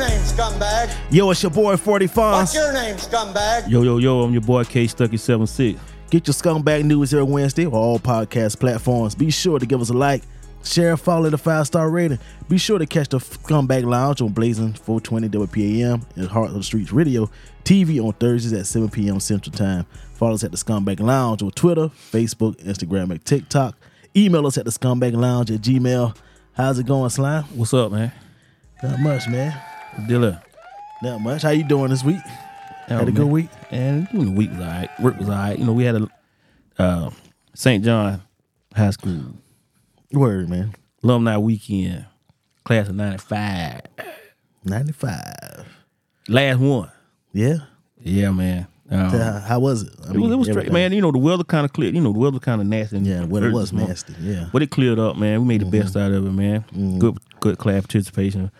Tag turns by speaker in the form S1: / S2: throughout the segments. S1: scumbag?
S2: Yo, it's your boy 45.
S1: What's your name, scumbag?
S3: Yo, yo, yo, I'm your boy K Stucky 76.
S2: Get your scumbag news every Wednesday on all podcast platforms. Be sure to give us a like, share, follow the five star rating. Be sure to catch the Scumbag Lounge on Blazing 420 WPAM and Heart of the Streets Radio TV on Thursdays at 7 p.m. Central Time. Follow us at the Scumbag Lounge on Twitter, Facebook, Instagram, and TikTok. Email us at the Scumbag Lounge at Gmail. How's it going, Slime?
S3: What's up, man?
S2: Not much, man.
S3: Dilla.
S2: Not much. How you doing this week? Had a good week?
S3: And the week was all right. Work was all right. You know, we had a uh, St. John High School
S2: Word, man.
S3: alumni weekend, class of 95.
S2: 95.
S3: Last one.
S2: Yeah.
S3: Yeah, man. Um,
S2: Yeah, How was it? I
S3: It was, it was straight,
S2: everything.
S3: man. You know, the weather kind of cleared. You know, the weather kind of nasty. and
S2: Yeah, the weather
S3: hurt
S2: was Mm-hmm.
S3: this month.
S2: nasty, yeah.
S3: But it cleared up, man. We made the best out of it, man. Good good class participation.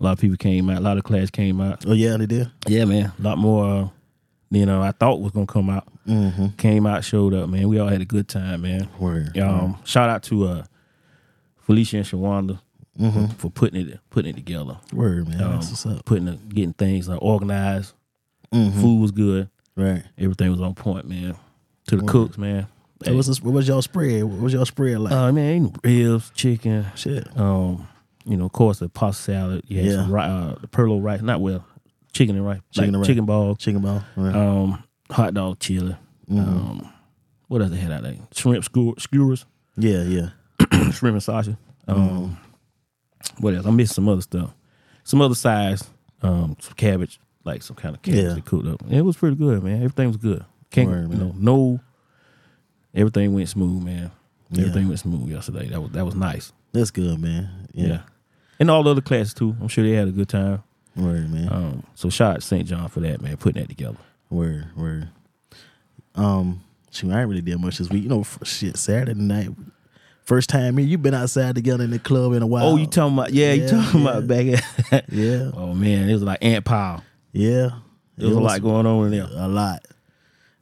S3: A lot of people came out. A lot of class came out.
S2: Oh, yeah, they did?
S3: Yeah, man. A lot more, uh, you know, I thought was going to come out. Came out, showed up, man. We all had a good time, man.
S2: Mm-hmm. Word.
S3: Um, Shout out to uh, Felicia and Shawanda for, for putting it putting it together.
S2: Word, man.
S3: Um,
S2: Mm-hmm. That's what's up. Mm-hmm.
S3: Putting the, getting things like organized. Food was good.
S2: Right.
S3: Everything was on point, man. To the cooks, man.
S2: So what's this, what was y'all spread? What was y'all spread like?
S3: Uh, man, ain't ribs, chicken.
S2: Shit.
S3: Um, you know, of course, the pasta salad. You had
S2: Yeah.
S3: some ri- uh, the perlo rice. Not well, chicken and rice.
S2: Chicken
S3: like
S2: and rice.
S3: Chicken ball.
S2: Chicken ball. Right.
S3: Um, hot dog chili. Um, what else they had out there? Shrimp skewer- skewers.
S2: yeah, yeah. Mm-hmm.
S3: shrimp and sausage. Um, what else? I missed some other stuff. Some other sides. Um, some cabbage, like some kind of cabbage
S2: Yeah.
S3: that cooked up. And it was pretty good, man. Everything was good. Can't
S2: Word,
S3: you know, no. Everything went smooth, man. Everything went smooth yesterday. That was that was nice.
S2: That's good, man.
S3: Yeah.
S2: Yeah.
S3: And all the other classes too. I'm sure they had a good time.
S2: Word, man.
S3: Um, so shout out to St. John for that, man, putting that together.
S2: Word, word. Um, shoot, I ain't really did much this week. You know, f- shit, Saturday night, first time here. You've been outside together in the club in a while.
S3: Oh, you talking about yeah,
S2: Yeah,
S3: you talking
S2: yeah.
S3: about back
S2: Yeah,
S3: Oh man, it was like ant pile.
S2: yeah.
S3: There was, a lot going on in there.
S2: A lot,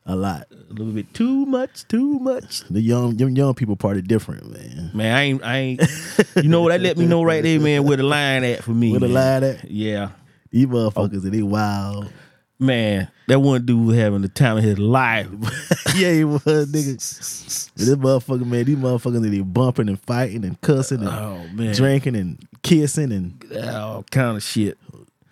S2: a lot.
S3: A little bit too much, too much.
S2: The young, young, young people party different, man.
S3: Man, I ain't, I ain't. You know what? That let me know right there, man, where the line at for me.
S2: With a
S3: man.
S2: line at
S3: Yeah,
S2: these motherfuckers, and they wild.
S3: man, that one dude was having the time of his life.
S2: yeah, he was, nigga. But this motherfucker, man, these motherfuckers, they bumping and fighting and cussing and
S3: Oh man,
S2: drinking and kissing and
S3: all kind of shit.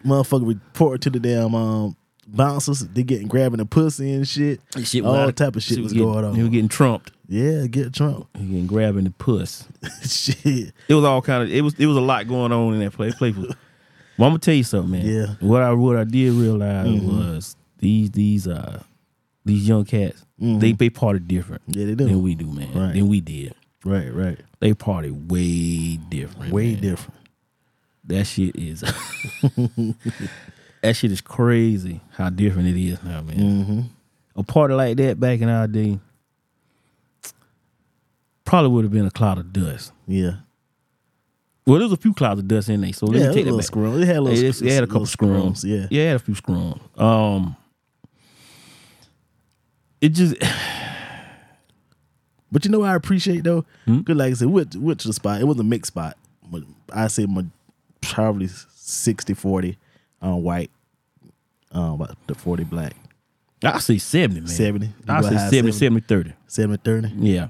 S2: motherfucker report to the damn um bouncers. They getting grabbing the pussy and shit.
S3: That shit
S2: All
S3: was out
S2: type of shit
S3: he
S2: was
S3: getting-
S2: going on.
S3: He was getting trumped.
S2: yeah, get Trump.
S3: He getting grabbing the puss.
S2: shit.
S3: It was all kind of. It was. It was a lot going on in that play. Play. Well, I'm gonna tell you something, man.
S2: Yeah. Mm-hmm.
S3: What I what I did realize was these these uh these young cats they they party different.
S2: Mm-hmm. Yeah, they do.
S3: than we do, man.
S2: Right.
S3: Than we did.
S2: Right, right.
S3: They party way different.
S2: Way
S3: man.
S2: different.
S3: That shit is. that shit is crazy how different it is now, man.
S2: Mm-hmm.
S3: A party like that back in our day probably would have been a cloud of dust.
S2: Yeah.
S3: Well, there's a few clouds of dust in there, so let
S2: yeah,
S3: me
S2: it
S3: take
S2: was a
S3: that
S2: little
S3: back.
S2: scrum. It had a little
S3: Yeah, it's-
S2: scr-
S3: it had a
S2: little
S3: couple scrums.
S2: Yeah.
S3: yeah, it had a few scrums. Um, it just
S2: But you know what I appreciate though?
S3: Hmm?
S2: Good like I said, which which the spot. It was a mixed spot. But I say my probably 60 40 um, white. Um about the 40 black.
S3: I say seventy, man.
S2: 70. You
S3: I
S2: go
S3: say
S2: high
S3: 70, 70, 30.
S2: 70 30.
S3: Yeah,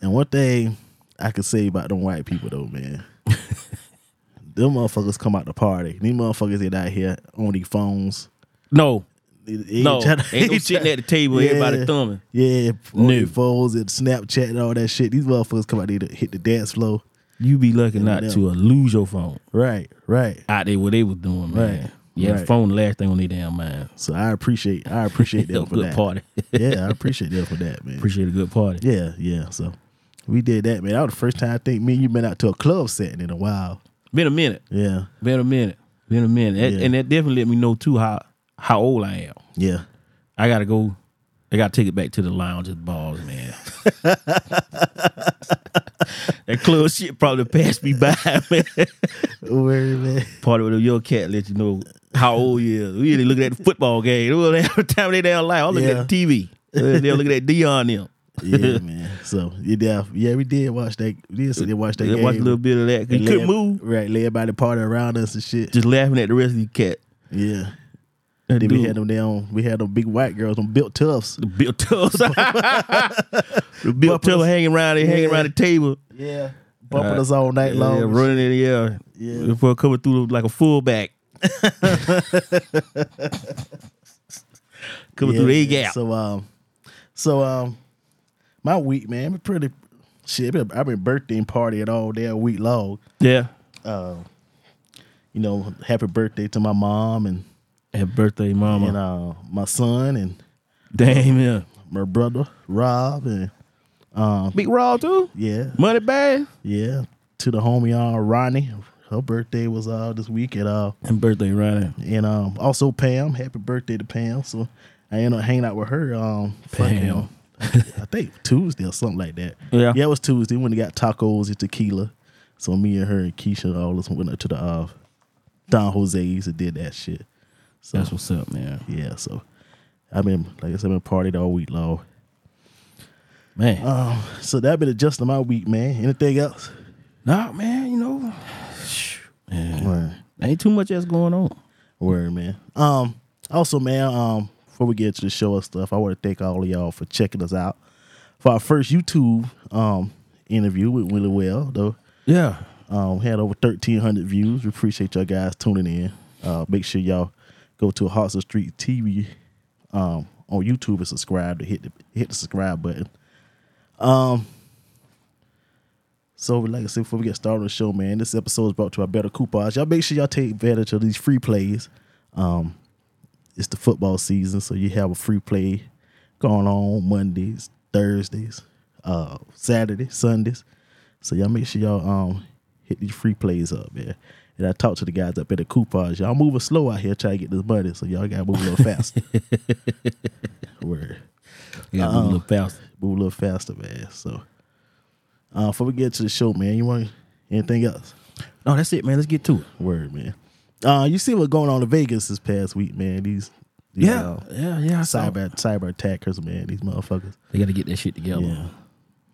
S2: And one thing I can say about them white people though, man. them motherfuckers come out to party. These motherfuckers that out here on these phones.
S3: no,
S2: They- they
S3: no,
S2: tryna- they
S3: ain't no sitting
S2: tryna-
S3: at the table. Everybody thumbing.
S2: Yeah, on
S3: No.
S2: their phones and Snapchat and all that shit. These motherfuckers come out there to hit the dance floor.
S3: You be lucky not
S2: them.
S3: to uh, lose your phone.
S2: Right, right.
S3: out there what they was doing, man.
S2: Right.
S3: Yeah, the
S2: Right.
S3: phone the last thing on their damn mind.
S2: So I appreciate I appreciate
S3: Still
S2: them
S3: a
S2: for
S3: good
S2: that.
S3: party.
S2: yeah, I appreciate them for that, man.
S3: Appreciate a good party.
S2: Yeah, yeah. So we did that, man. That was the first time I think me and you been out to a club setting in a while.
S3: Been a minute.
S2: Yeah,
S3: Been a minute. Been a minute. That-
S2: Yeah.
S3: And that definitely let me know too how how old I am.
S2: yeah.
S3: I gotta go. I gotta take it back to the lounge and balls, man. that club shit probably passed me by, man.
S2: Word, man.
S3: Party with a young cat let you know how old you is. We really looking at the football game. Every time they down live, I'm looking
S2: Yeah.
S3: at the TV. They're looking at Dion them.
S2: yeah, man. So you did, yeah, we did watch that. We did sit there watch that
S3: Watch
S2: game.
S3: a little bit of that. You
S2: And lay-
S3: couldn't move.
S2: right? Lay everybody party around us and shit.
S3: just laughing at the rest of you cat
S2: Yeah.
S3: That
S2: Then we
S3: dude-
S2: had them down. We had them big white girls, them built tufts.
S3: The Bill Tubbs. the Bill Tubbs hanging around, they hanging around the table.
S2: Yeah, bumping
S3: Alright.
S2: us all night long.
S3: Yeah, running in the air.
S2: Yeah.
S3: For coming through like a fullback. coming
S2: Yeah,
S3: through the
S2: man.
S3: gap.
S2: So um, so um, my week, man, been pretty shit. I've been, I've been birthday partying all day, week long.
S3: yeah.
S2: Uh, you know, happy birthday to my mom and
S3: Happy birthday, mama.
S2: and uh my son and
S3: Damn, yeah.
S2: my brother Rob and
S3: Big Raw, too.
S2: yeah,
S3: Money bag.
S2: yeah. To the homie uh Ronnie, her birthday was uh this week and uh
S3: And birthday right
S2: and um also Pam, happy birthday to Pam. So I ended up hanging out with her um
S3: Pam.
S2: fucking, I think Tuesday or something like that.
S3: Yeah.
S2: Yeah, it was Tuesday when they got tacos and tequila. So me and her and Keisha all us went up to the uh Don Jose's and did that shit. So
S3: That's what's up, man.
S2: yeah, so I've been like I said, I've been partied all week long.
S3: Man.
S2: Um, so that been adjusting my week, man. Anything else?
S3: nah, man, you know. Man.
S2: Word,
S3: Ain't too much else going on.
S2: word, man. Um, also, man. Um, before we get to the show and stuff, I want to thank all of y'all for checking us out for our first YouTube um interview with Willie Well. Though
S3: Yeah.
S2: um, we had over thirteen hundred views. We appreciate y'all guys tuning in. Uh, make sure y'all go to Hearts of Street TV um on YouTube and subscribe to hit the hit the subscribe button. Um, So, like I said, before we get started on the show, man, this episode is brought to you by Better Coupons. Y'all make sure y'all take advantage of these free plays. Um, it's the football season, so you have a free play going on Mondays, Thursdays, uh, Saturday, Sundays. So y'all make sure y'all um hit these free plays up, man. And I talked to the guys up at the coupons. Y'all moving slow out here trying to get this money, so y'all gotta move a little faster. Word
S3: Yeah, a little faster.
S2: move a little faster, man. So, uh, before we get to the show, man, you want anything else?
S3: No, that's it, man. Let's get to it.
S2: Word, man. Uh, you see what's going on in Vegas this past week, man? These, these uh,
S3: yeah, yeah. I saw it.
S2: cyber cyber attackers, man. These motherfuckers.
S3: They got to get that shit together.
S2: Yeah.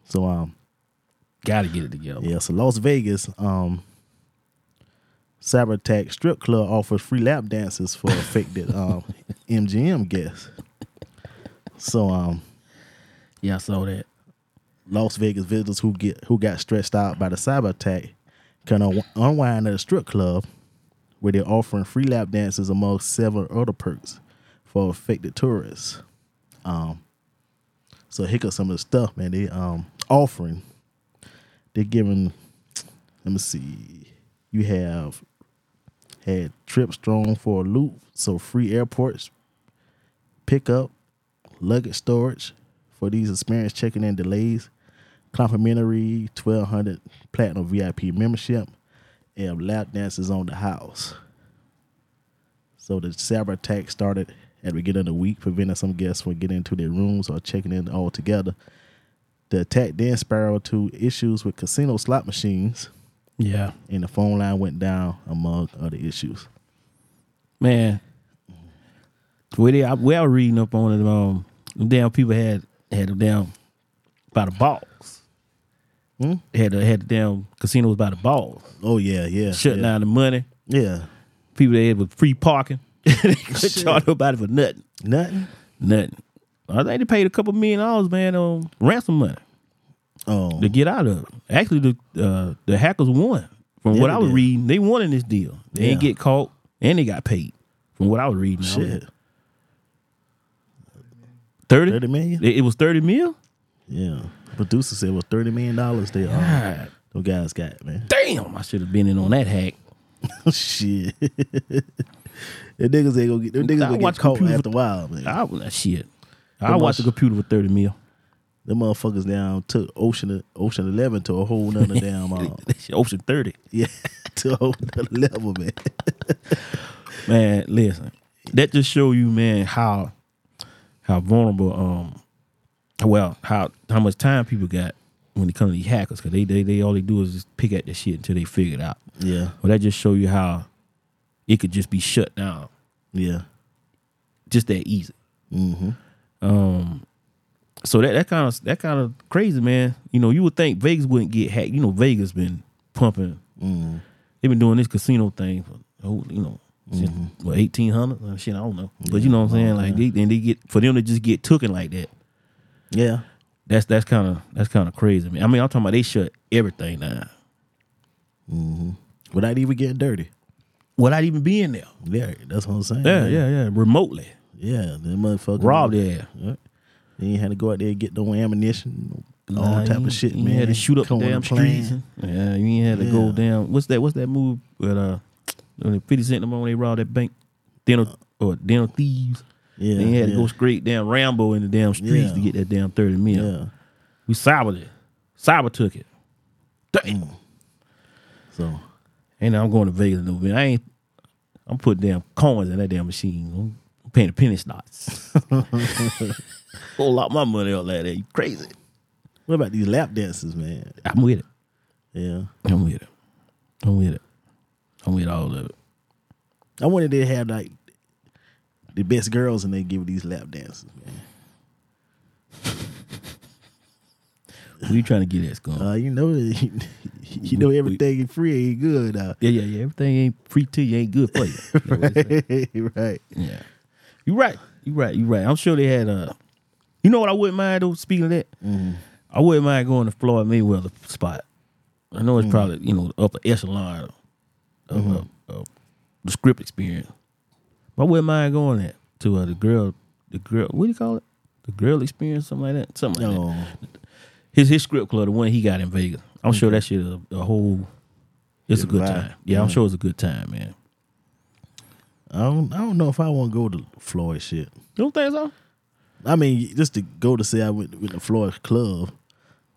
S2: So, um,
S3: Got to get it together.
S2: yeah. So Las Vegas, um, cyber attack strip club offers free lap dances for affected um MGM guests. So, um,
S3: Yeah, I saw that.
S2: Las Vegas visitors who get who got stressed out by the cyber attack can un- unwind at a strip club where they're offering free lap dances among several other perks for affected tourists. Um, so here goes some of the stuff, man. They um offering. They're giving. Let me see. You have had trips thrown for a loop, so free airports pickup, luggage storage for these experience checking in delays, complimentary 1200 platinum VIP membership, and lap dances on the house. So the cyber attack started at the beginning of the week, preventing some guests from getting into their rooms or checking in altogether. The attack then spiraled to issues with casino slot machines,
S3: Yeah.
S2: and the phone line went down, among other issues.
S3: Man. Where they, I, where I was reading up on it, um, them damn people had had them down by the balls.
S2: Hmm?
S3: Had the, had the damn casinos by the balls.
S2: Oh yeah, yeah,
S3: Shutting
S2: yeah,
S3: down the money.
S2: Yeah,
S3: People they had with free parking. they couldn't
S2: Shit.
S3: charge nobody for nothing.
S2: nothing.
S3: Nothing. I think they paid a couple million dollars, man, on ransom money
S2: Oh,
S3: to get out of it. Actually, the uh, the hackers won. From
S2: Yeah,
S3: what
S2: they
S3: I was
S2: did.
S3: reading, they won in this deal. They didn't
S2: Yeah.
S3: get caught and they got paid. From what I was reading, I was-
S2: shit,
S3: 30?
S2: thirty million.
S3: It it was 30 mil?
S2: Yeah. Producer said it was thirty million dollars they um,
S3: God
S2: those guys got, man. Oh,
S3: damn, I should have been in on that hack.
S2: shit. the niggas ain't gonna get them niggas
S3: I
S2: gonna
S3: watch
S2: get caught
S3: computer-
S2: after a while, man.
S3: I was shit. I
S2: Them
S3: watched the
S2: must-
S3: computer for 30 mil.
S2: Them motherfuckers down took Ocean Ocean Eleven to a whole nother damn um,
S3: That shit Ocean 30.
S2: yeah, to a whole nother level, man.
S3: Man, listen. That just show you, man, how how vulnerable um well, how how much time people got when it comes to these hackers cuz they, they they all they do is just pick at the shit until they figure it out.
S2: Yeah,
S3: Well, that just show you how it could just be shut down
S2: yeah.
S3: just that easy.
S2: Mm-hmm.
S3: Um, so that that kind of that kind of crazy, man. You know, you would think Vegas wouldn't get hacked. You know, Vegas been pumping.
S2: Mm.
S3: They've been doing this casino thing for oh, you know since what eighteen hundred shit. I don't know, but you know what I'm saying. Like they and they get for them to just get taken like that.
S2: Yeah.
S3: That's that's kind of that's kind of crazy. Man. I mean, I'm talking about they shut everything down
S2: Without even getting dirty.
S3: without even being there.
S2: Yeah, that's what I'm saying.
S3: Yeah,
S2: man.
S3: yeah, yeah. Remotely
S2: Yeah, that motherfucker.
S3: robbed their ass.
S2: Yeah. They ain't had to go out there and get no ammunition, no
S3: Nah,
S2: all
S3: you
S2: type of
S3: ain't-
S2: shit,
S3: you ain't
S2: man.
S3: Had to shoot up the
S2: Come on
S3: damn
S2: the plane.
S3: streets. and- Yeah, you ain't had to go
S2: Yeah.
S3: down. What's that? What's that move with uh, when the Fifty Cent them on when they robbed that bank, dental or dental thieves.
S2: Yeah,
S3: they had
S2: yeah,
S3: to go straight down Rambo in the damn streets
S2: Yeah.
S3: to get that damn thirty
S2: yeah.
S3: mil. We cybered it, cyber took it.
S2: Mm. So
S3: And I'm going to Vegas in November. I ain't. I'm putting damn coins in that damn machine. I'm- I'm paying the penny slots. Whole lot my money out like that. You crazy?
S2: what about these lap dances, man?
S3: I'm with it.
S2: Yeah.
S3: I'm with it. I'm with it. I'm with all of it.
S2: I wonder if they have like the best girls and they give these lap dances, man.
S3: We trying to get that skull.
S2: Uh, you know, you know
S3: We- we-
S2: everything is free ain't good, uh,
S3: yeah, yeah, yeah. Everything ain't free to you ain't good for you. That's what they say.
S2: right?
S3: Yeah. You right. You right. You right. I'm sure they had uh you know what I wouldn't mind though, speaking of that? I wouldn't mind going to Floyd Mayweather spot. I know it's probably, you know, the upper echelon of, of, of the script experience. But I wouldn't mind going there to uh, the girl the girl what do you call it? The girl experience, something like that. Something like that.
S2: No,
S3: His his script club, the one he got in Vegas. I'm sure that shit is a, a whole it's a
S2: Good
S3: good
S2: vibe.
S3: time. Mm-hmm. Yeah, I'm sure it's a good time, man.
S2: I don't. I don't know if I want to go to Floyd shit.
S3: You don't think so?
S2: I mean, just to go to say I went with the Floyd club,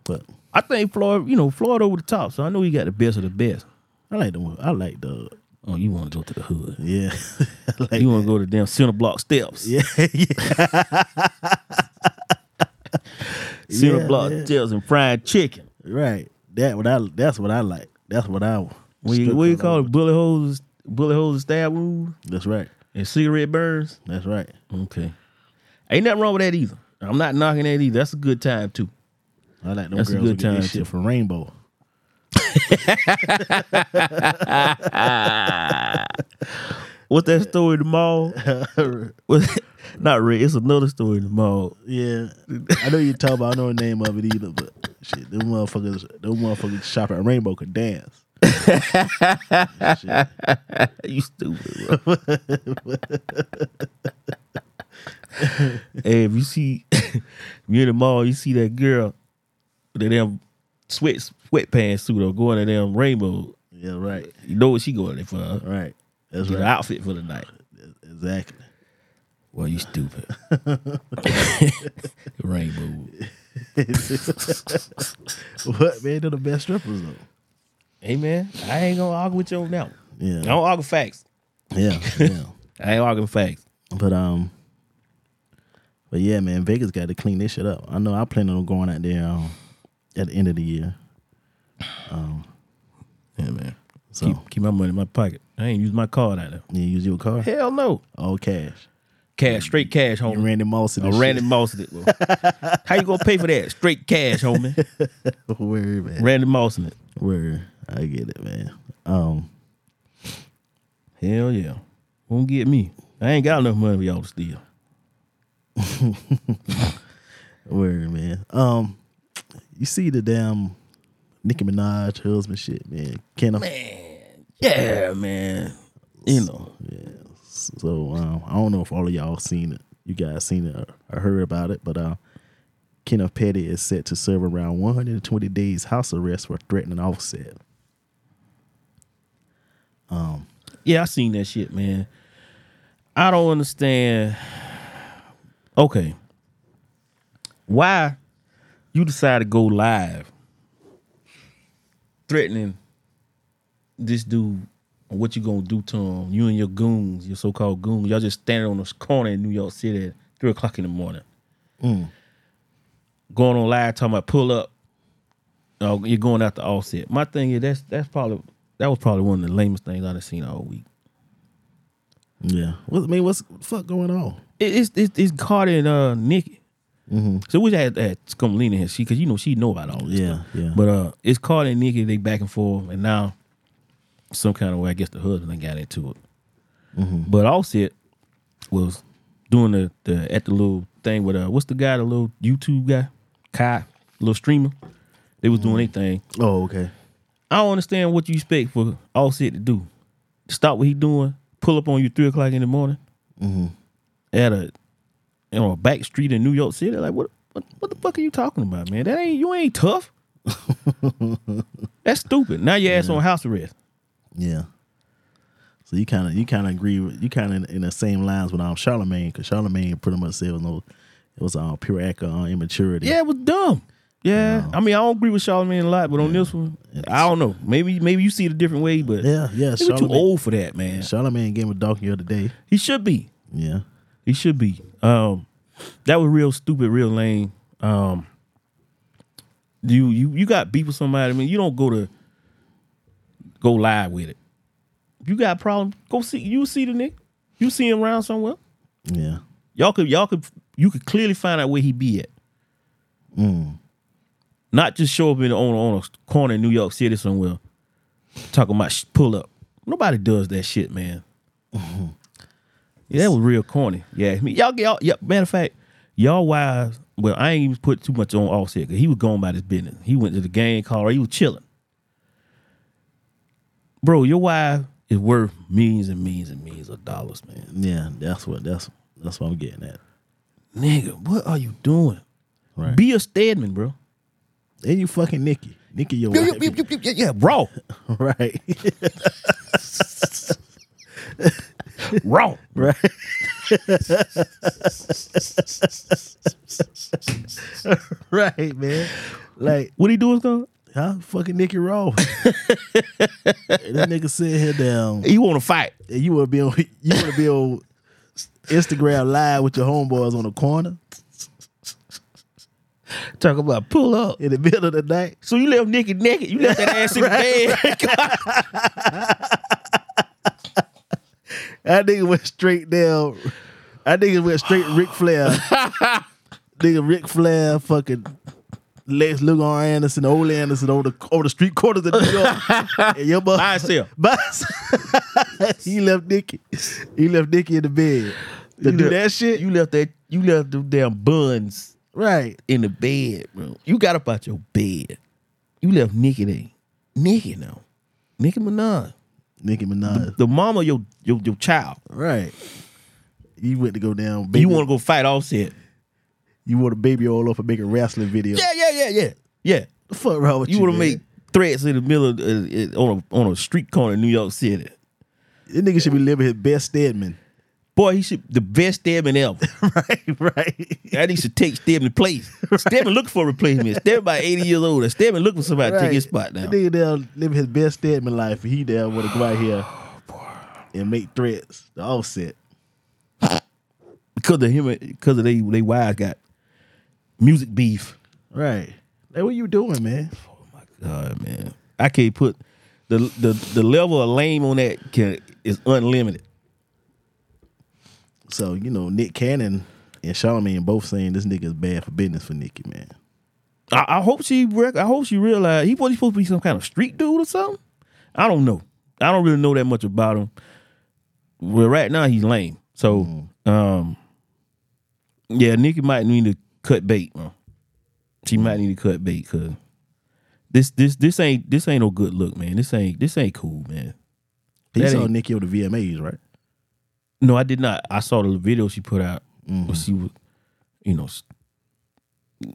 S2: but
S3: I think Floyd, you know, Floyd over the top. So I know he got the best of the best.
S2: I like the. I like the.
S3: Oh, you want to go to the hood?
S2: Yeah, I like
S3: You want to go to damn center block steps?
S2: yeah, yeah,
S3: center
S2: yeah,
S3: block
S2: yeah.
S3: steps and fried chicken.
S2: right. That what I. That's what I like. That's what I.
S3: What you, what you call it? Bullet holes, bullet holes and stab wounds
S2: That's right.
S3: and cigarette burns.
S2: That's right.
S3: Okay, ain't nothing wrong with that either. I'm not knocking that either. That's a good time too.
S2: I like them
S3: That's a
S2: girls who
S3: good
S2: get their
S3: time, too.
S2: shit from Rainbow.
S3: What's that story in the mall? What- not really. It's another story in the mall.
S2: Yeah, I know you talk about. I don't know the name of it either, but shit, them motherfuckers, them motherfuckers shop at Rainbow could dance. Shit.
S3: you stupid. Bro. hey, if you see if you in the mall, you see that girl with that damn sweat sweatpants suit or going to damn rainbow.
S2: Yeah, right,
S3: You know what she going there for? Huh?
S2: right. That's
S3: Get an
S2: right.
S3: outfit for the night.
S2: Exactly.
S3: Well, you stupid. rainbow
S2: what man? They're the best strippers though.
S3: Hey man, I ain't gonna argue with you on that. one. I
S2: Yeah,
S3: don't argue facts.
S2: yeah, yeah.
S3: I ain't arguing facts.
S2: But um, but yeah, man, Vegas got to clean this shit up. I know I plan on going out there um, at the end of the year. Um,
S3: Yeah, man.
S2: So
S3: Keep, keep my money in my pocket. I ain't use my card out there.
S2: you use your car,
S3: Hell no.
S2: all cash.
S3: Cash, straight cash, homie.
S2: You Randy Moss and
S3: A
S2: this
S3: Oh, Randy Moss in it. bro. How you gonna pay for that? Straight cash, homie.
S2: shit. Word, man.
S3: Randy Moss in it.
S2: Word. I get it, man. Um,
S3: Hell yeah. Won't get me. I ain't got enough money for y'all to steal.
S2: word, man. Um, you see the damn Nicki Minaj husband shit, man. Can I?
S3: Yeah, man. You know.
S2: So um, I don't know if all of y'all seen it. You guys seen it or- or heard about it, but uh, Kenneth Petty is set to serve around 120 days house arrest for threatening Offset.
S3: Yeah, I seen that shit, man. I don't understand. Okay. Why you decide to go live threatening this dude and what you gonna do to him, you and your goons, your so-called goons, y'all just standing on this corner in New York City at three o'clock in the morning. Mm. Going on live talking about pull up. Oh, you're going out to offset. My thing is that's that's probably that was probably one of the lamest things I've seen all week.
S2: Yeah. What, I mean, what's what the fuck going on?
S3: It, it's, it's it's Carter and uh Nikki. So we had had Scumlina here, she because you know she know about all this.
S2: Yeah, yeah.
S3: But uh, it's Carter and Nikki. They back and forth, and now some kind of way. I guess the husband done got into it. But Offset was doing the, the at the little thing with uh what's the guy the little YouTube guy Kai little streamer. They was doing their thing.
S2: Oh, okay.
S3: I don't understand what you expect for Offset to do. Stop what he doing. Pull up on you three o'clock in the morning at a you know a back street in New York City. Like what? What, what the fuck are you talking about, man? That ain't you ain't tough. That's stupid. Now your ass on house arrest.
S2: Yeah. So you kind of you kind of agree with, you kind of in, in the same lines with um Charlemagne because Charlemagne pretty much said it was no, it was um, pure act of uh, immaturity.
S3: Yeah, it was dumb. Yeah, I mean I don't agree with Charlamagne a lot, but on this one, I don't know. Maybe maybe you see it a different way, but
S2: yeah, yeah.
S3: he was too
S2: Charlemagne,
S3: old for that, man.
S2: Charlemagne gave him a dog the other day.
S3: He should be.
S2: Yeah.
S3: He should be. Um, that was real stupid, real lame. Um, you you you got beef with somebody. I mean, you don't go to go live with it. You got a problem? Go see you see the nigga. You see him around somewhere.
S2: Yeah.
S3: Y'all could y'all could you could clearly find out where he be at. Not just show up in on on a corner in New York City somewhere, talking about sh- pull up. Nobody does that shit, man. Yeah, that was real corny. Yeah, I mean, y'all, y'all, yeah, matter of fact, y'all wise. Well, I ain't even put too much on Offset 'cause he was going about his business. He went to the game, called. He was chilling. Bro, your wife is worth millions and millions and millions of dollars, man.
S2: Yeah. That's what that's that's what I'm getting at.
S3: Nigga, what are you doing?
S2: Right.
S3: Be a Stedman, bro.
S2: And you fucking Nikki. Nikki your wife.
S3: yeah, yeah, raw,
S2: Right.
S3: raw.
S2: right. right, man. Like
S3: What he doing, son?
S2: Huh? Fucking Nicky Raw. that nigga said here down.
S3: He want to fight.
S2: You wanna be on you wanna be on Instagram live with your homeboys on the corner
S3: Talk about pull up.
S2: in the middle of the night.
S3: So you left Nicky naked. You left that ass in the bed.
S2: That nigga went straight down. That nigga went straight Ric Flair. nigga Ric Flair fucking Lex Lugar Anderson, Ole Anderson on the on the street corners of New York. and your mother,
S3: By himself.
S2: he left Nikki. He left Nikki in the bed. To
S3: You
S2: do
S3: left-
S2: that shit?
S3: You left that. You left them damn buns
S2: right.
S3: in the bed, bro. You got up out your bed. You left Nikki there. Nikki now. Nikki Minaj.
S2: Nicki Minaj.
S3: The mama, of your your, your child.
S2: Right. You went to go down. Baby,
S3: You want to go fight Offset?
S2: you want a baby all up and make a wrestling video?
S3: Yeah, yeah, yeah, yeah, yeah.
S2: The fuck wrong with you?
S3: You want to
S2: man?
S3: make threats in the middle of, uh, uh, on a, on a street corner in New York City?
S2: this nigga should be living his best Stedman.
S3: Boy, he should the best Stedman ever.
S2: right, right.
S3: That needs to take Stedman place. Stedman looking for a replacement. Stedman about eighty years old. Stedman looking for somebody to take his spot now.
S2: That nigga down living his best Stedman life, and he down want to go out here and make threats. The offset.
S3: because of him because of they they wives got music beef.
S2: Right. Like, what you doing, man?
S3: Oh my god, man! I can't put the the the level of lame on that can, is unlimited.
S2: So, you know, Nick Cannon and Charlamagne both saying this nigga is bad for business for Nikki, man.
S3: I, I hope she rec- I hope she realized he was supposed to be some kind of street dude or something. I don't know. I don't really know that much about him. Well, right now he's lame. So, um, yeah, Nikki might need to cut bait. Bro. She might need to cut bait because this this this ain't this ain't no good look, man. This ain't this ain't cool, man.
S2: He
S3: That
S2: saw
S3: ain't-
S2: Nikki on the VMAs, right?
S3: No, I did not. I saw the video she put out. Where she was, you know, s-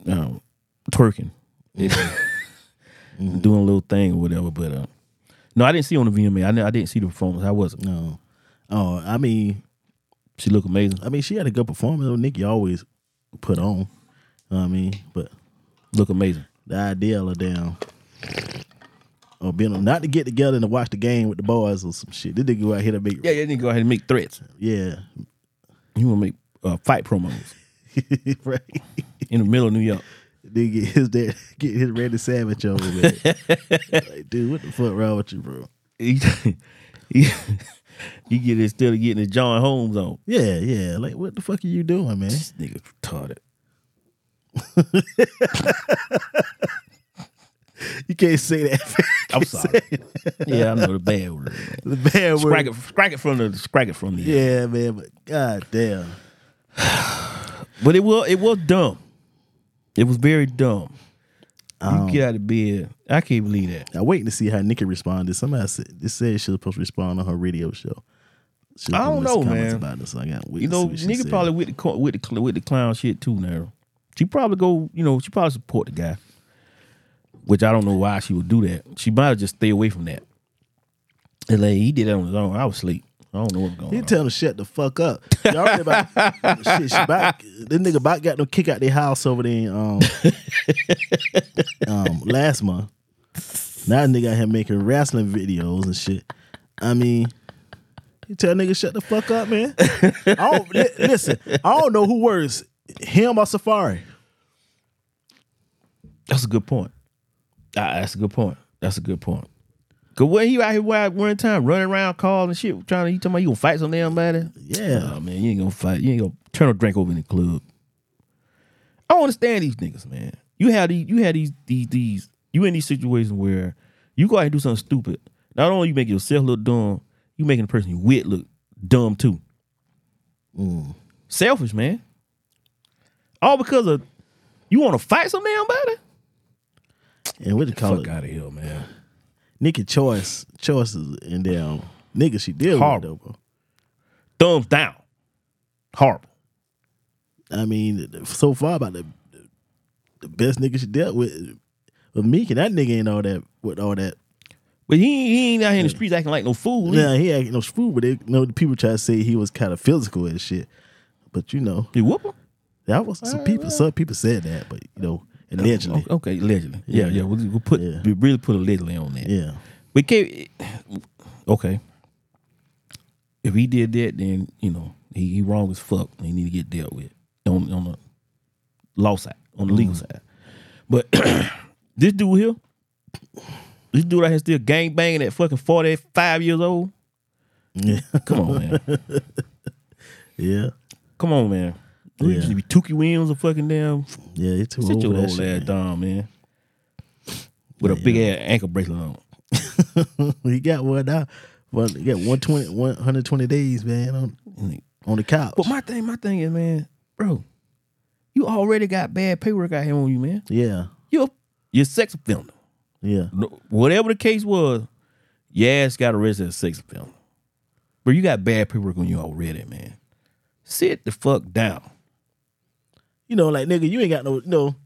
S3: um, twerking, doing a little thing or whatever. But uh, no, I didn't see her on the VMA. I, ne- I didn't see the performance. I wasn't.
S2: No. Oh, I mean,
S3: She looked amazing.
S2: I mean, she had a good performance. though. Nikki always put on. You know what I mean, but
S3: Look amazing.
S2: the idea of damn or being not to get together and to watch the game with the boys or some shit. This nigga go out here to make
S3: Yeah, yeah. Then go ahead and make threats.
S2: yeah,
S3: You want to make uh, fight promos
S2: right.
S3: in the middle of New York?
S2: Nigga get his dad get his Randy Savage over man. like, dude, what the fuck wrong with you, bro?
S3: He, he, he get instead of getting his John Holmes on.
S2: Yeah, yeah. Like, what the fuck are you doing, man?
S3: This nigga retarded.
S2: You can't say that.
S3: I'm sorry. yeah, I know the bad word.
S2: the bad
S3: Scrack
S2: word.
S3: it, scrack it from the, scrack it from the.
S2: Yeah, man. But god damn.
S3: But it was, it was dumb. It was very dumb. you get out of bed. I can't believe that.
S2: I'm waiting to see how Nikki responded. Somebody said this said she was supposed to respond on her radio show. She was
S3: I don't
S2: doing some
S3: know,
S2: comments
S3: man.
S2: About this, so I got
S3: You know, nigga probably with the co- with the cl- with the clown shit too now. She probably go, you know, she probably support the guy. Which I don't know why she would do that. She might have just stay away from that. And like he did that on his own. I was asleep. I don't know what's going
S2: He
S3: on.
S2: tell him to shut the fuck up. Y'all heard about shit? She about, this nigga about got no kick out their house over there. in, Um, um, last month. Now this nigga out here making wrestling videos and shit. I mean, you tell nigga shut the fuck up, man. I don't li- listen. I don't know who worse, him or Safari.
S3: That's a good point. Ah, that's a good point. That's a good point. Cause when he out here wild one time running around, calling and shit, trying to he talking about you gonna fight some damn body.
S2: Yeah,
S3: Oh man, you ain't gonna fight. You ain't gonna turn a drink over in the club. I don't understand these niggas, man. You had these, you had these, these, these. You in these situations where you go out and do something stupid. Not only you make yourself look dumb, you making the person you with look dumb too.
S2: Mm.
S3: Selfish, man. All because of you want to fight some damn body.
S2: and what you call it?
S3: out of here, man.
S2: Nikki Choice, choices, and damn nigga she deal with
S3: Horrible.
S2: though, bro.
S3: Thumbs down. Horrible.
S2: I mean, so far about the the best nigga she dealt with with Meek, and that nigga ain't all that with all that.
S3: But he, he ain't out here in the streets acting like no fool.
S2: Nah, he ain't no fool, but they, you know, the people try to say he was kind of physical and shit. But you know,
S3: He whoop him.
S2: that was some people. Some people said that, but you know, allegedly,
S3: Okay, okay, allegedly. Yeah, yeah. We'll, we'll put
S2: Yeah.
S3: we really put allegedly on that.
S2: yeah,
S3: We can't. Okay. If he did that, then you know he, he wrong as fuck. and He need to get dealt with on on the law side, on the
S2: Mm-hmm.
S3: legal side. But this dude here, this dude out here still gang banging at fucking forty five years old.
S2: yeah,
S3: Come on, man.
S2: yeah,
S3: Come on, man. We
S2: Yeah.
S3: used to be Tukey Williams or fucking damn.
S2: yeah. It's too
S3: Sit
S2: old for
S3: your
S2: that
S3: old
S2: shit,
S3: ass
S2: man.
S3: down, man. With a big ass ankle bracelet on.
S2: he got one now. Well, he got 120, 120 days, man, on on the couch.
S3: But my thing, my thing is, man, bro, you already got bad paperwork out here on you, man.
S2: yeah,
S3: You're you're a sex offender.
S2: yeah.
S3: No- Whatever the case was, your ass got arrested as a sex offender. But you got bad paperwork on you already, man. Sit the fuck down.
S2: You know, like nigga, you ain't got no, you know,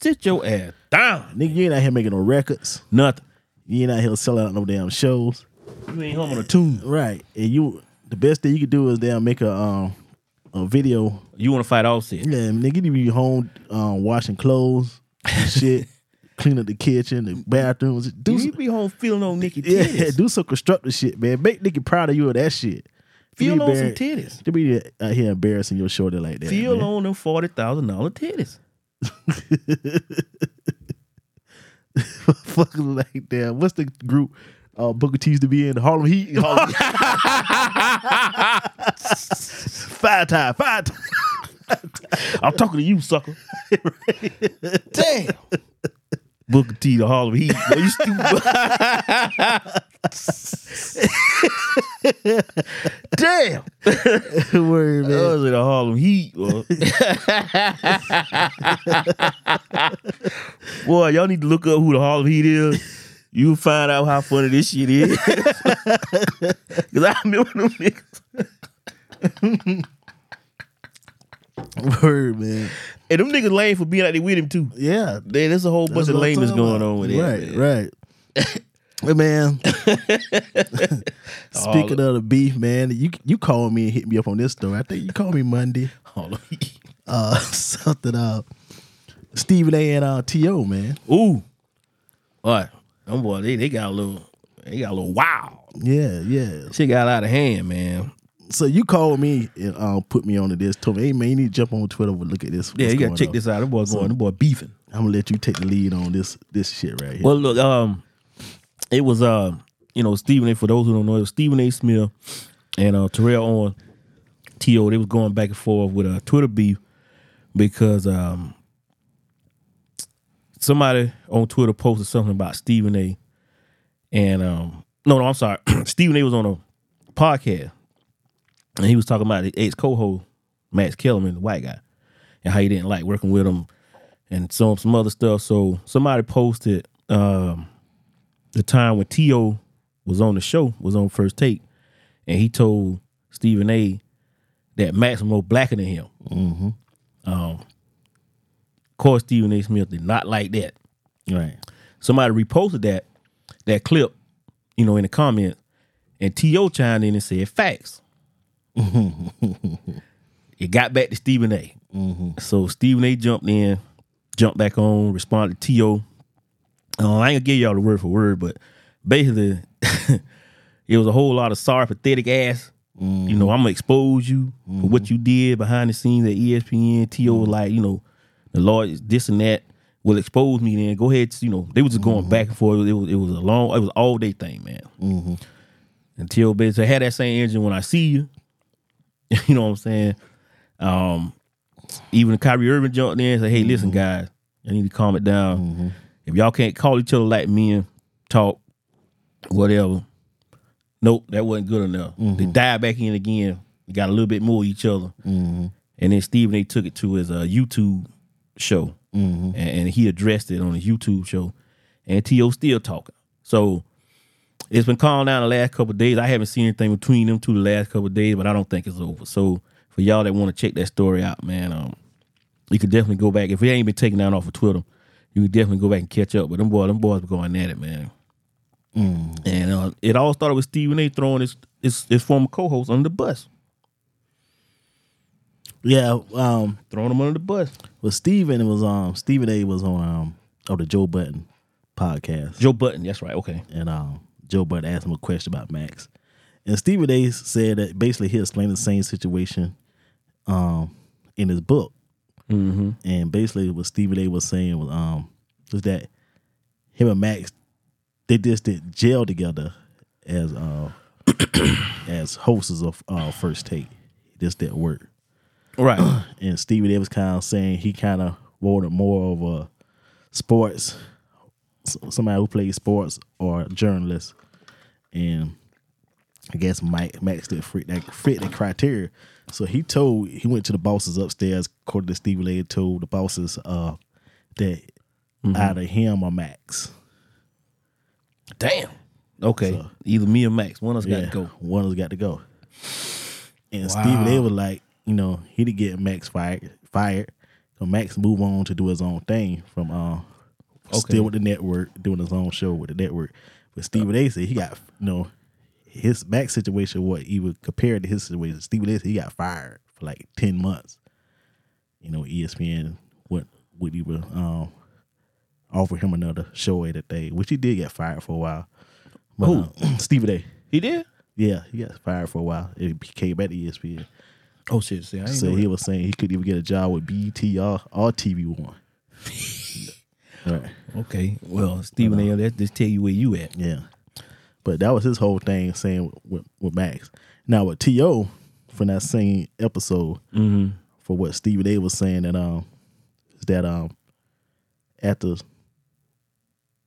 S3: Sit your ass down.
S2: nigga, you ain't out here making no records.
S3: Nothing.
S2: You ain't out here selling out no damn shows.
S3: You ain't home on a tune.
S2: Right. And you the best thing you could do is damn make a um a video.
S3: You want to fight offset.
S2: Yeah, nigga you need to be home um washing clothes and shit, clean up the kitchen, the bathrooms. Do
S3: You
S2: some,
S3: need to be home feeling on Nikki titties.
S2: yeah, do some constructive shit, man. Make nigga proud of you of that shit.
S3: Feel
S2: Be
S3: on some
S2: embarrassed-
S3: titties.
S2: To be out here embarrassing your shoulder like that.
S3: Feel
S2: man.
S3: on them forty thousand dollar titties.
S2: fucking like that. What's the group uh, Booker T used to be in? Harlem Heat. five time, five time.
S3: I'm talking to you, sucker. Damn. Booker T, the Hall of Heat. Boy, you stupid. Damn.
S2: Word,
S3: I
S2: man.
S3: was in the Harlem Heat. boy. boy, y'all need to look up who the Harlem Heat is. You'll find out how funny this shit is. Because I remember them niggas.
S2: Word, man.
S3: And them niggas lame for being out there with him, too.
S2: Yeah.
S3: Man, there's a whole bunch
S2: that's
S3: of
S2: what I'm
S3: lameness
S2: talking
S3: going
S2: about.
S3: on with it.
S2: Right, right. But man, speaking of the beef, man, you you called me and hit me up on this story. I think you called me Monday.
S3: Harlem Heat.
S2: Uh, something uh, Stephen A. and uh, T.O. Man,
S3: Ooh. All right. Them boy, they, they got a little they got a little wow.
S2: yeah, yeah.
S3: Shit got out of hand, man.
S2: So you called me and uh, put me onto this. Told me, hey man, you need to jump on Twitter. and Look at this.
S3: Yeah, you gotta check this out. Them boy going, them boy beefing.
S2: I'm gonna let you take the lead on this this shit right here.
S3: Well look, um it was uh, you know, Stephen A for those who don't know, it was Stephen A. Smith and uh Terrell Owens, T.O. They was going back uh, and forth with a Twitter beef because um somebody on Twitter posted something about Stephen A. And um, no, no, I'm sorry. Stephen A. was on a podcast, and he was talking about his ex co-host Max Kellerman, the white guy, and how he didn't like working with him, and some some other stuff. So somebody posted um, the time when T.O. was on the show, was on first take, and he told Stephen A. that Max was more blacker than him. Um, of course, Stephen A. Smith did not like that.
S2: Right.
S3: Somebody reposted that that clip, you know, in the comments, and T.O. chimed in and said, "Facts." it got back to Stephen A. So Stephen A. jumped in, jumped back on, responded to T.O. Uh, I ain't gonna give y'all the word for word, but basically, it was a whole lot of sorry, pathetic ass. You know, I'm gonna expose you for what you did behind the scenes at E ESPN. To was like, you know, the Lord is this and that will expose me. Then go ahead, you know, they was just going back and forth. It was, it was a long, it was all day thing, man. Mm-hmm. And T.O. basically had that same engine when I see you. you know what I'm saying? Um, even Kyrie Irving jumped in and said, "Hey, listen, guys, I need to calm it down. If y'all can't call each other like men, talk, whatever. Nope, that wasn't good enough. They dive back in again. They got a little bit more of each other, and then Stephen they took it to his uh, YouTube show, and, and he addressed it on his YouTube show, and To still talking. So." It's been calmed down the last couple of days. I haven't seen anything between them two the last couple of days, but I don't think it's over. So for y'all that want to check that story out, man, um, you could definitely go back. If it ain't been taken down off of Twitter, you could definitely go back and catch up. But them boy, them boys were going at it, man. And uh, it all started with Stephen A. throwing his, his his former co-host under the bus,
S2: Yeah. Um.
S3: throwing him under the bus.
S2: Well, Stephen was um Stephen A was on um on the Joe Button podcast,
S3: Joe Button, that's right. Okay,
S2: and um Joe Button asked him a question about Max, and Stephen A said that basically he explained the same situation, um, in his book,
S3: mm-hmm.
S2: and basically what Stephen A was saying was um was that him and Max they just did jail together as uh as hosts of uh, first take, just that work.
S3: right.
S2: and Stephen A was kind of saying he kind of wanted more of a sports, s- somebody who plays sports or a journalist, and I guess Mike Max didn't fit that fit that criteria. So he told he went to the bosses upstairs. According to Stephen A, told the bosses uh, that either him or Max,
S3: Damn. Okay, either me or Max, one of us got to go.
S2: one of us got to go. And Stephen A was like, you know, he did get Max fired. Fired. So Max move on to do his own thing from uh,
S3: Okay.
S2: still with the network, doing his own show with the network. But Stephen A said he got you know his Max situation. What even compared to his situation, Stephen A said he got fired for like ten months. You know, E ESPN would would even um, offer him another show at a day, which he did get fired for a while. But
S3: Who?
S2: uh, Stephen A.
S3: He did.
S2: Yeah, he got fired for a while. He came back to E ESPN.
S3: Oh shit! See, I ain't
S2: So
S3: know
S2: he
S3: that.
S2: was saying he couldn't even get a job with BET or, or TV One. right.
S3: okay. Well, Stephen A. That just tell you where you at.
S2: Yeah. But that was his whole thing saying with, with Max. Now with T.O. from that same episode for what Stephen A was saying that um is that um after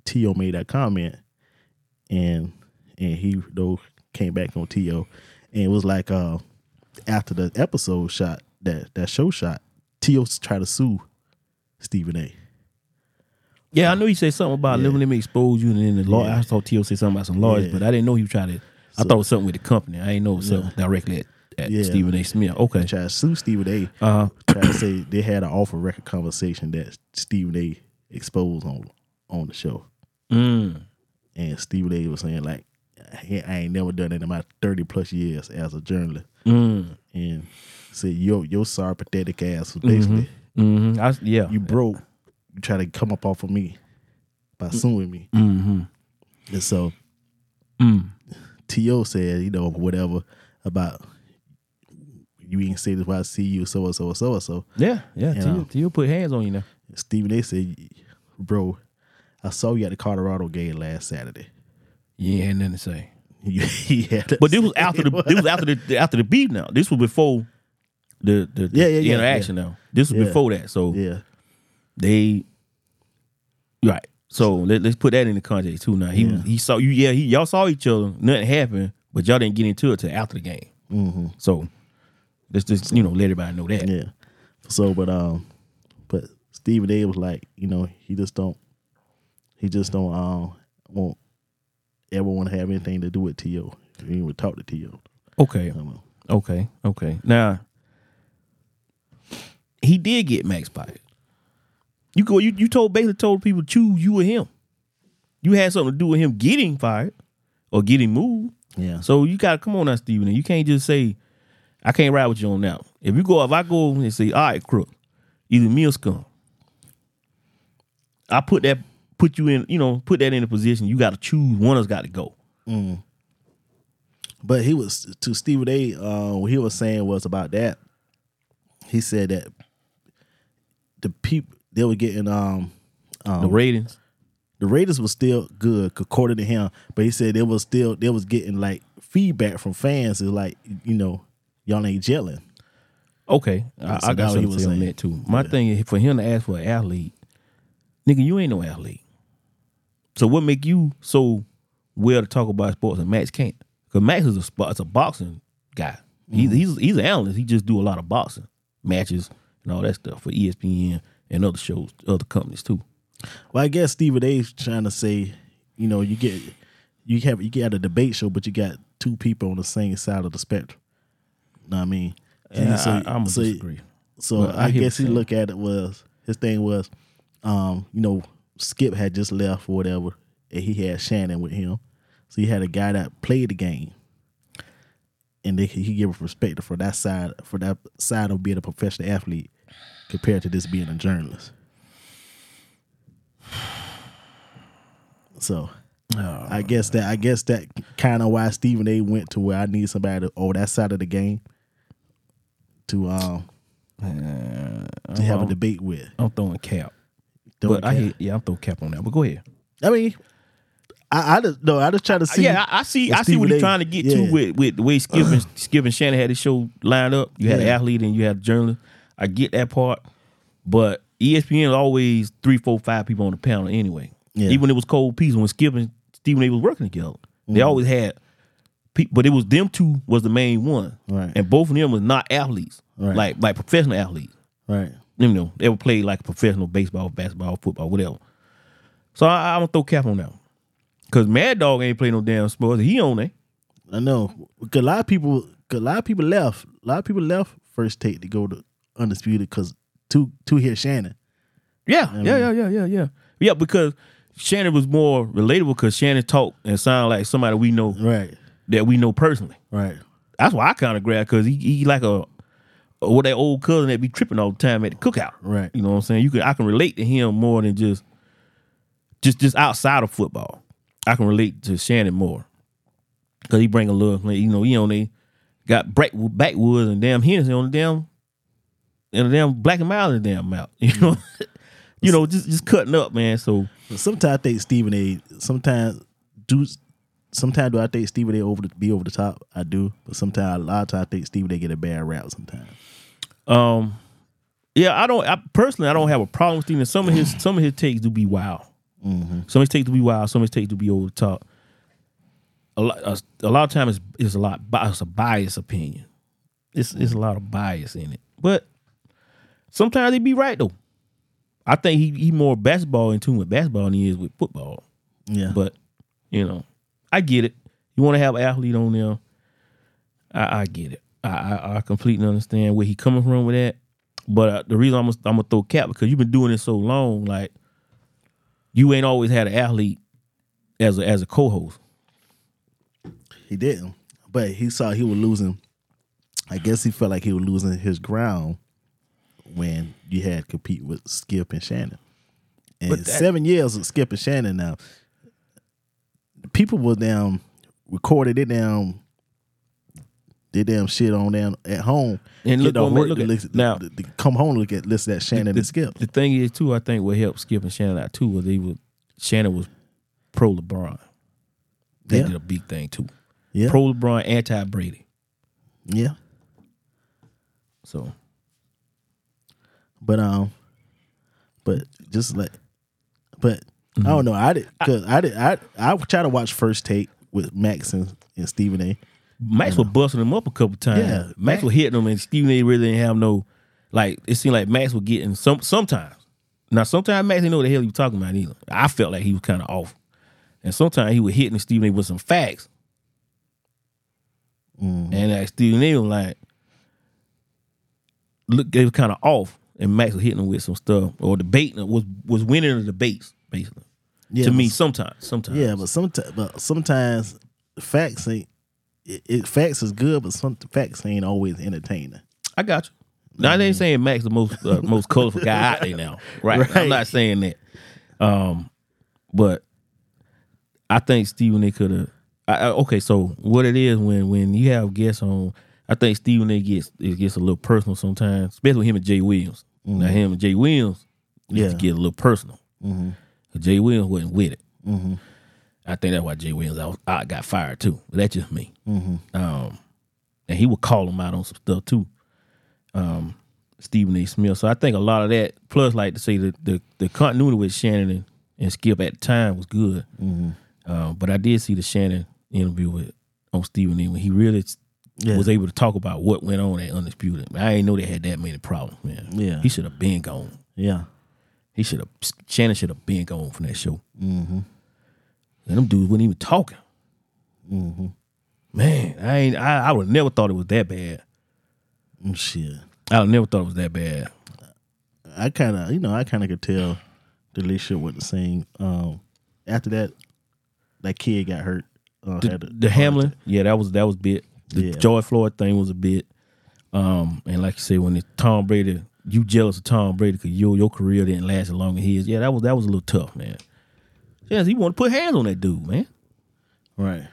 S2: T.O. made that comment and and he though came back on T.O. and it was like uh after the episode shot that that show shot, T.O. tried to sue Stephen A.
S3: Yeah, I knew he said something about let me- let me expose you, and then the lawyer. I saw T.O. say something about some lawyers,
S2: Yeah.
S3: but I didn't know he was trying to. I thought it was something with the company. I ain't know it was something directly at, at
S2: Yeah.
S3: Stephen A. Smith. Okay.
S2: Tried to sue Stephen A.
S3: Uh,
S2: try to say they had an off record conversation that Stephen A. exposed on on the show,
S3: mm,
S2: and Stephen A. was saying like, "I I ain't never done that in my thirty plus years as a journalist,"
S3: mm,
S2: and said, "Yo, your sorry pathetic ass was basically
S3: mm-hmm. I, yeah.
S2: you broke, you try to come up off of me by suing me,"
S3: Mm. mm-hmm.
S2: and so
S3: Mm.
S2: To said, you know, whatever about you ain't say this why I see you so and so and so and so.
S3: Yeah, yeah.
S2: You
S3: T.O.
S2: know.
S3: T.O. put hands on you now.
S2: Stephen A. said, "Bro, I saw you at the Colorado game last Saturday."
S3: You ain't had nothing to say.
S2: yeah,
S3: But this was after the this was after the- the after the beat. Now this was before the the, the
S2: Yeah, yeah, yeah,
S3: interaction. Now this was
S2: Yeah.
S3: before that. So
S2: yeah,
S3: they Right. So let, us put that into context too. Now he
S2: Yeah.
S3: he saw you. Yeah, he, y'all saw each other. Nothing happened, but y'all didn't get into it till after the game.
S2: Mm-hmm.
S3: So let's just you know let everybody know that.
S2: Yeah. So, but um, but Stephen A was like, you know, he just don't, he just don't um won't ever want to have anything to do with To. He didn't even talk to To.
S3: Okay.
S2: I don't know.
S3: Okay. Okay. Now he did get max fired. You go. You you told basically told people choose you or him. You had something to do with him getting fired or getting moved.
S2: Yeah.
S3: So you gotta come on now, Steven. You can't just say, I can't ride with you on that. If you go, if I go and say, all right, crook, either me or scum. I put that put you in, you know, put that in a position. You gotta choose one of us gotta go.
S2: But he was to Stephen A. Uh, what he was saying was about that. He said that the people they were getting um
S3: the ratings.
S2: the Raiders was still good according to him, but he said they was still they was getting like feedback from fans is like you know y'all ain't gelling.
S3: Okay. I,
S2: So
S3: I got
S2: that's what he
S3: something to
S2: was
S3: say on
S2: saying.
S3: that too. My thing is for him to ask for an athlete, nigga, you ain't no athlete. So what make you so well to talk about sports and Max can't? Because Max is a sport, it's a boxing guy. He's he's he's an analyst. He just do a lot of boxing matches and all that stuff for E ESPN and other shows, other companies too.
S2: Well, I guess Stephen A's trying to say, you know, you get you have you get a debate show, but you got two people on the same side of the spectrum. Know what I mean,
S3: And
S2: And so-
S3: I, I'm gonna
S2: so-
S3: disagree.
S2: So
S3: Well, I
S2: I,
S3: hear what
S2: guess he
S3: you're saying.
S2: looked at it was his thing was, um, you know, Skip had just left or whatever, and he had Shannon with him, so he had a guy that played the game, and they, he gave perspective for that side for that side of being a professional athlete compared to this being a journalist. So.
S3: Oh,
S2: I guess that I guess that kind of why Stephen A. went to where I need somebody to, on that side of the game to um to have a debate with.
S3: I'm throwing cap,
S2: Don't
S3: but I
S2: care.
S3: hear, yeah, I'm throwing cap on that. But go ahead.
S2: I mean, I, I just no, I just try to see.
S3: yeah, I, I see.
S2: With
S3: I see
S2: Stephen
S3: what he's
S2: A.
S3: trying to get
S2: Yeah. Uh-huh.
S3: to with with the way Skip and Skip and Shannon had his show lined up. You had an
S2: Yeah.
S3: athlete and you had a journalist. I get that part, but E ESPN is always three, four, five people on the panel anyway.
S2: Yeah.
S3: Even when it was cold peas when Skip and Stephen A was working together, they
S2: Mm-hmm.
S3: always had. pe- But it was them two was the main one,
S2: Right.
S3: and both of them was not athletes,
S2: Right.
S3: like like professional athletes
S2: right.
S3: you know, they would play like professional baseball, basketball, football, whatever. So I, I'm gonna throw cap on that one. Cause Mad Dog ain't play no damn sports. He on it.
S2: I know. 'Cause A lot of people, 'cause a lot of people left. A lot of people left first take to go to undisputed because to to hear Shannon.
S3: Yeah, yeah, yeah, yeah, yeah, yeah. Yeah, because Shannon was more relatable because Shannon talked and sounded like somebody we know
S2: Right.
S3: that we know personally.
S2: Right.
S3: That's why I kind of grabbed because he, he like a or that old cousin that be tripping all the time at the cookout.
S2: Right.
S3: You know what I'm saying? You can I can relate to him more than just just just outside of football. I can relate to Shannon more because he bring a little. like, You know, he only got back, backwoods and damn Hennessy on the damn and the damn black and mild in the damn mouth. You know, you know, just just cutting up, man. So
S2: Sometimes I think Stephen A. Sometimes do. Sometimes do I think Stephen A. over the, be over the top? I do, but sometimes a lot of times I think Stephen A. get a bad rap. Sometimes.
S3: Um, yeah, I don't. I personally, I don't have a problem with Steven. Some of his some of his takes do be wild. Some of his takes do be wild. Some of his takes do be over the top. A lot. A, a lot of times, it's, it's a lot. bi- It's a biased opinion. It's it's a lot of bias in it. But sometimes he be right though. I think he he more basketball in tune with basketball than he is with football.
S2: Yeah.
S3: But you know, I get it. You want to have an athlete on there. I, I get it. I, I I completely understand where he coming from with that. But uh, the reason I'm gonna, I'm gonna throw cap because you've been doing it so long, like you ain't always had an athlete as a as a co-host.
S2: He didn't. But he saw he was losing. I guess he felt like he was losing his ground when you had compete with Skip and Shannon. And
S3: But that-
S2: seven years with Skip and Shannon now. People were down recorded it down did damn shit on down at home.
S3: And
S2: Get
S3: look
S2: off
S3: on-
S2: work
S3: look
S2: to
S3: at-
S2: listen-
S3: now-
S2: to- to come home and look at listen at Shannon and Skip.
S3: The thing is too, I think what helped Skip and Shannon out too was they were Shannon was pro LeBron. They
S2: Yeah.
S3: did a big thing too.
S2: Yeah.
S3: Pro LeBron, anti Brady.
S2: yeah.
S3: So
S2: But um, but just like But I don't know. I did because I did. I I try to watch First Take with Max and, and Stephen A.
S3: Max was busting him up a couple times.
S2: Yeah,
S3: Max,
S2: Max-
S3: was hitting him, and Stephen A. really didn't have no. Like it seemed like Max was getting some sometimes. Now sometimes Max didn't know what the hell he was talking about either. I felt like he was kind of off, and sometimes he was hitting Stephen A. with some facts,
S2: Mm-hmm.
S3: and like Stephen A. was like, look, they was kind of off, and Max was hitting him with some stuff or debating was was winning the debates basically.
S2: Yeah,
S3: to me,
S2: but-
S3: sometimes, sometimes,
S2: yeah, but sometimes, but sometimes facts ain't. It, it, facts is good, but some facts ain't always entertaining.
S3: I got you. Now I ain't saying Max the most uh, most colorful guy out there now, right? I'm
S2: Right.
S3: not saying that, um, but I think Stephen they could have. I, I, okay, so what it is when when you have guests on, I think Stephen they gets it gets a little personal sometimes, especially him and Jay Williams. Now him and Jay Williams used
S2: Mm-hmm. Yeah. Mm-hmm.
S3: to get a little personal. Jay Williams wasn't with it. I think that's why Jay Williams out, out got fired too. But that's just me. Um, and he would call him out on some stuff too. Um, Stephen A. Smith. So I think a lot of that, plus like to say the the, the continuity with Shannon and, and Skip at the time was good. Um, but I did see the Shannon interview with on Stephen A. when he really s-
S2: Yeah.
S3: was able to talk about what went on at Undisputed. I didn't know they had that many problems, man.
S2: Yeah.
S3: he should have been gone.
S2: Yeah,
S3: He should have Shannon should have been gone from that show. Mm-hmm. And them dudes weren't even talking. Mm-hmm. Man, I ain't. I, I would never thought it was that bad.
S2: Mm, shit.
S3: I never thought it was that bad.
S2: I kind of, you know, I kind of could tell the relationship wasn't the same. Um, after that, that kid got hurt. Uh,
S3: The,
S2: had a-
S3: the Hamlin, yeah, that was that was bit. The
S2: Yeah.
S3: Joy Floyd thing was a bit. Um, and like you say, when it's Tom Brady, you jealous of Tom Brady because your your career didn't last as long as his. Yeah, that was that was a little tough, man. Yes, he wanted to put hands on that dude, man.
S2: right.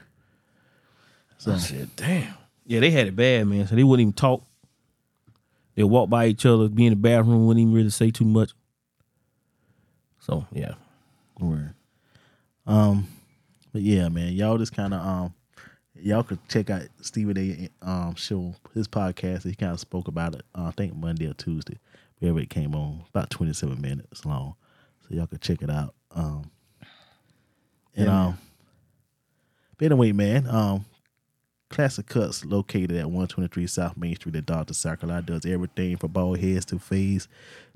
S3: I said, Oh, damn. Yeah, they had it bad, man. So they wouldn't even talk. They walk by each other, be in the bathroom, wouldn't even really say too much. So yeah,
S2: Word. Um, but yeah, man, y'all just kind of um, y'all could check out Stephen A. Um, show his podcast. He kind of spoke about it. Uh, I think Monday or Tuesday, wherever it came on, about twenty seven minutes long. So y'all could check it out. Um, and um, but anyway, man, um. Classic Cuts located at 123 South Main Street in Dr. South Carolina does everything from bald heads to fades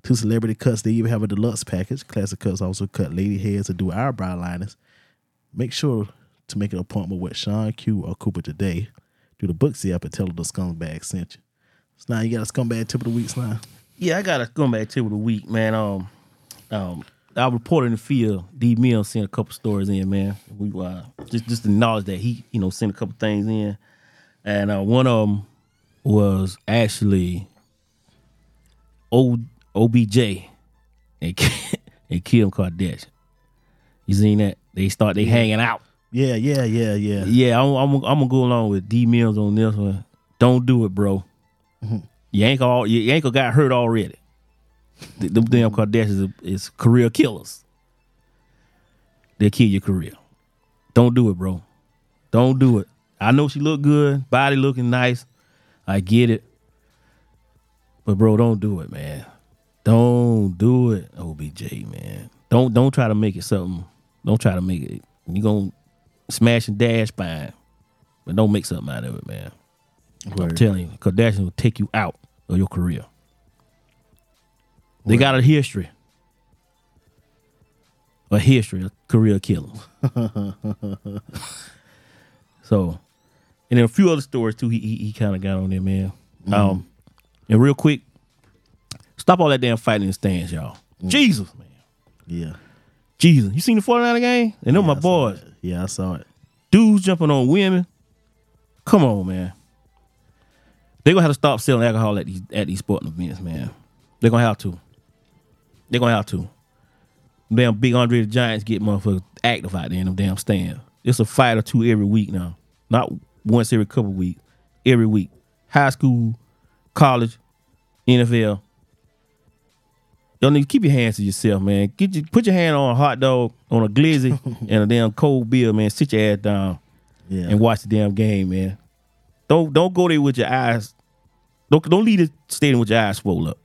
S2: to celebrity cuts. They even have a deluxe package. Classic Cuts also cut lady heads and do eyebrow liners. Make sure to make an appointment with Sean Q or Cooper today. Do the Booksy app and tell them the scumbag sent you. Now you got a scumbag tip of the week, Slime.
S3: yeah. I got a comeback tip of the week, man. Um, um, I reported in the field. D Mill sent a couple stories in, man. We uh, just just the knowledge that he you know sent a couple things in, and uh, one of them was actually O OBJ and Ki- and Kim Kardashian. You seen that? They start they hanging out.
S2: Yeah, yeah, yeah, yeah.
S3: Yeah, I'm, I'm, I'm gonna go along with D Mills on this one. Don't do it, bro. Your ankle, all, your ankle got hurt already. Th- Them damn Kardashians is, is career killers. They kill your career. Don't do it, bro. Don't do it. I know she look good, body looking nice. I get it, but bro, don't do it, man. Don't do it, OBJ, man. Don't don't try to make it something. Don't try to make it. You gonna smash and dash fine, but don't make something out of it, man. I'm
S2: Word.
S3: telling you, Kardashian will take you out of your career. They got a history, a history of career killers. so, and then a few other stories too. He he, he kind of got on there, man. Um, and real quick, stop all that damn fighting in the stands, y'all.
S2: Mm.
S3: Jesus, man,
S2: Yeah.
S3: Jesus. You seen the 49er game? And them my
S2: I saw
S3: boys
S2: it. Yeah, I saw it.
S3: dudes jumping on women. Come on, man. They gonna have to stop selling alcohol at these at these sporting events, man. They're gonna have to. They're gonna have to. Damn big Andre the Giants get motherfuckers active out there in them damn stand. It's a fight or two every week now. Not once every couple weeks. Every week. High school, college, NFL. Y'all need to keep your hands to yourself, man. Get your, put your hand on a hot dog, on a glizzy, and a damn cold beer, man. Sit your ass down
S2: Yeah.
S3: and watch the damn game, man. Don't don't go there with your eyes. Don't don't leave the stadium with your eyes swole up.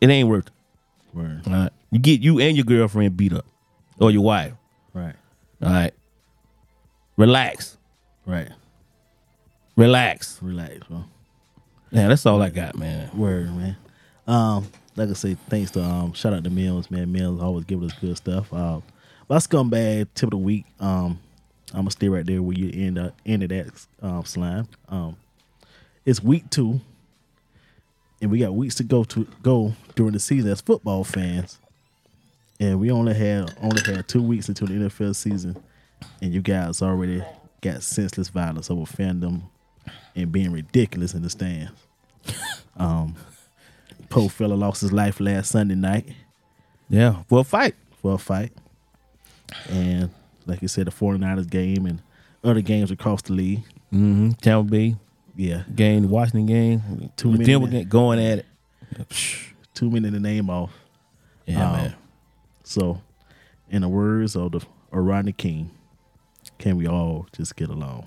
S3: It ain't worth it.
S2: Word.
S3: All right. You get you and your girlfriend beat up. or your wife.
S2: Right.
S3: All right. Relax.
S2: Right.
S3: Relax.
S2: Relax, bro.
S3: Yeah, that's all I got, man.
S2: Word, man. Um, like I say, thanks to um, shout out to Mills, man. Mills always giving us good stuff. Um, my scumbag tip of the week. Um, I'm gonna stay right there where you end up ended that um, slime. Um, it's week two, and we got weeks to go to go during the season as football fans, and we only had only had two weeks until the NFL season, and you guys already got senseless violence over fandom and being ridiculous in the stands. Poe fella lost his life last Sunday night
S3: Yeah. Well, fight.
S2: for a fight. And like you said, the 49ers game and other games across the league.
S3: Mm-hmm. Tampa Bay
S2: Yeah.
S3: game, the Washington game,
S2: Two
S3: the Denver
S2: minutes.
S3: game, going at it. Psh,
S2: Two minutes the name off.
S3: Yeah,
S2: Um,
S3: man.
S2: So in the words of the or Rodney King, can we all just get along?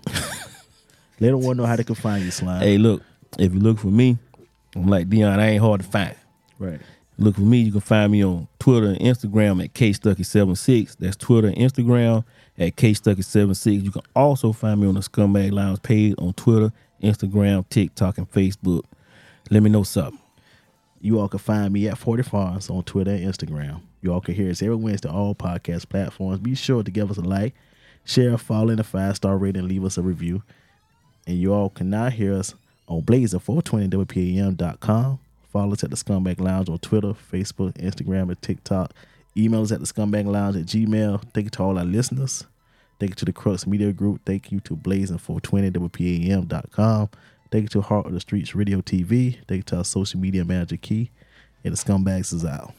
S2: they don't want to know how they can find you, slime.
S3: Hey, look. If you look for me, I'm like Dion. I ain't hard to find.
S2: Right.
S3: Look for me. You can find me on Twitter and Instagram at kstucky76. That's Twitter and Instagram at kstucky76. You can also find me on the Scumbag Lounge page on Twitter, Instagram, TikTok, and Facebook. Let me know something.
S2: You all can find me at 40 Farms on Twitter and Instagram. You all can hear us every Wednesday on all podcast platforms. Be sure to give us a like, share, follow, and a five star rating, and leave us a review. And you all can now hear us on blazer420wpam.com. Follow us at the Scumbag Lounge on Twitter, Facebook, Instagram, and TikTok. Email us at the Scumbag Lounge at Gmail. Thank you to all our listeners. Thank you to the Crux Media Group. Thank you to blazing420wpam.com. Thank you to Heart of the Streets Radio TV. Thank you to our social media manager, Key. And the Scumbags is out.